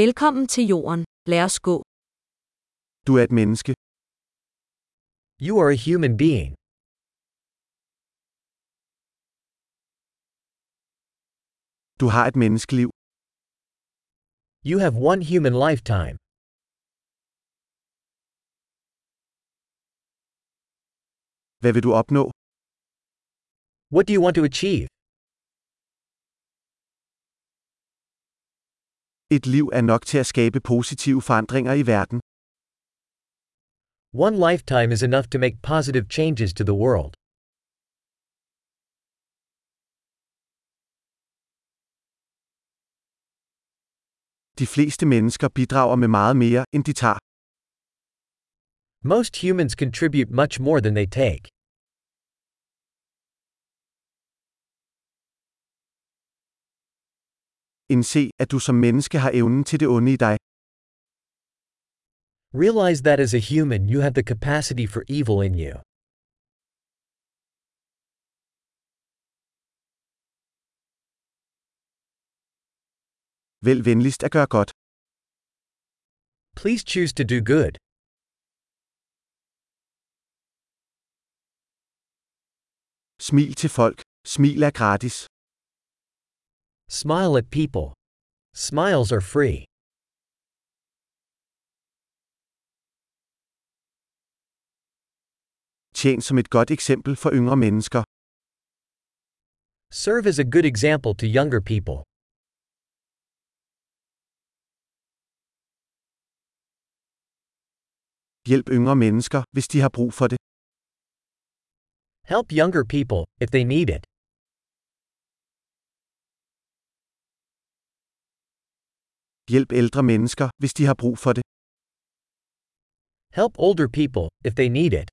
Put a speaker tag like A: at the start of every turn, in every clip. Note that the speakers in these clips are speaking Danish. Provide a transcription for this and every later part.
A: Velkommen til jorden. Lad os gå.
B: Du er et menneske.
C: You are a human being.
B: Du har et menneskeliv.
C: You have one human lifetime.
B: Hvad vil du opnå?
C: What do you want to achieve?
B: Et liv er nok til at skabe positive forandringer i verden.
C: One lifetime is enough to make positive changes to the world.
B: De fleste mennesker bidrager med meget mere, end de tager.
C: Most humans contribute much more than they take.
B: Indse, at du som menneske har evnen til det onde i dig.
C: Realize that as a human you have the capacity for evil in you.
B: Vælg venligst at gøre godt.
C: Please choose to do good.
B: Smil til folk. Smil er gratis.
C: Smile at people. Smiles are free.
B: Tjen som et godt eksempel for yngre mennesker.
C: Serve as a good example to younger people.
B: Hjælp yngre mennesker, hvis de har brug for det.
C: Help younger people, if they need it.
B: Hjælp ældre mennesker, hvis de har brug for det.
C: Help older people, if they need it.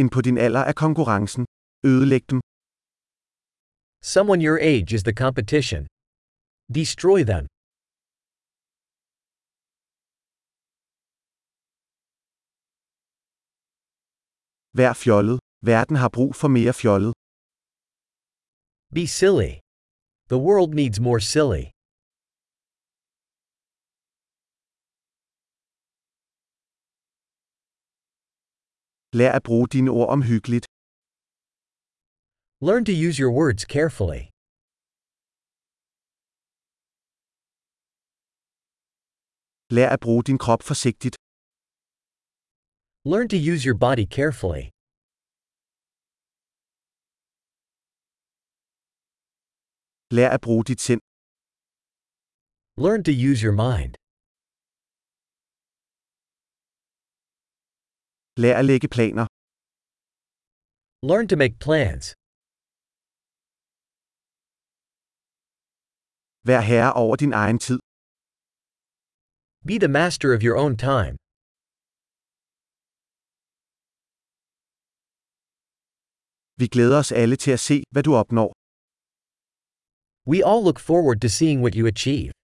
B: Ind på din alder er konkurrencen. Ødelæg dem.
C: Someone your age is the competition. Destroy them.
B: Vær fjollet. Verden har brug for mere fjollet.
C: Be silly. The world needs more silly.
B: Lær at bruge dine ord omhyggeligt.
C: Learn to use your words carefully.
B: Lær at bruge din krop forsigtigt.
C: Learn to use your body carefully.
B: Lær at bruge dit sind.
C: Learn to use your mind.
B: Lær at lægge planer.
C: Learn to make plans.
B: Vær herre over din egen tid.
C: Be the master of your own time.
B: Vi glæder os alle til at se, hvad du opnår.
C: We all look forward to seeing what you achieve.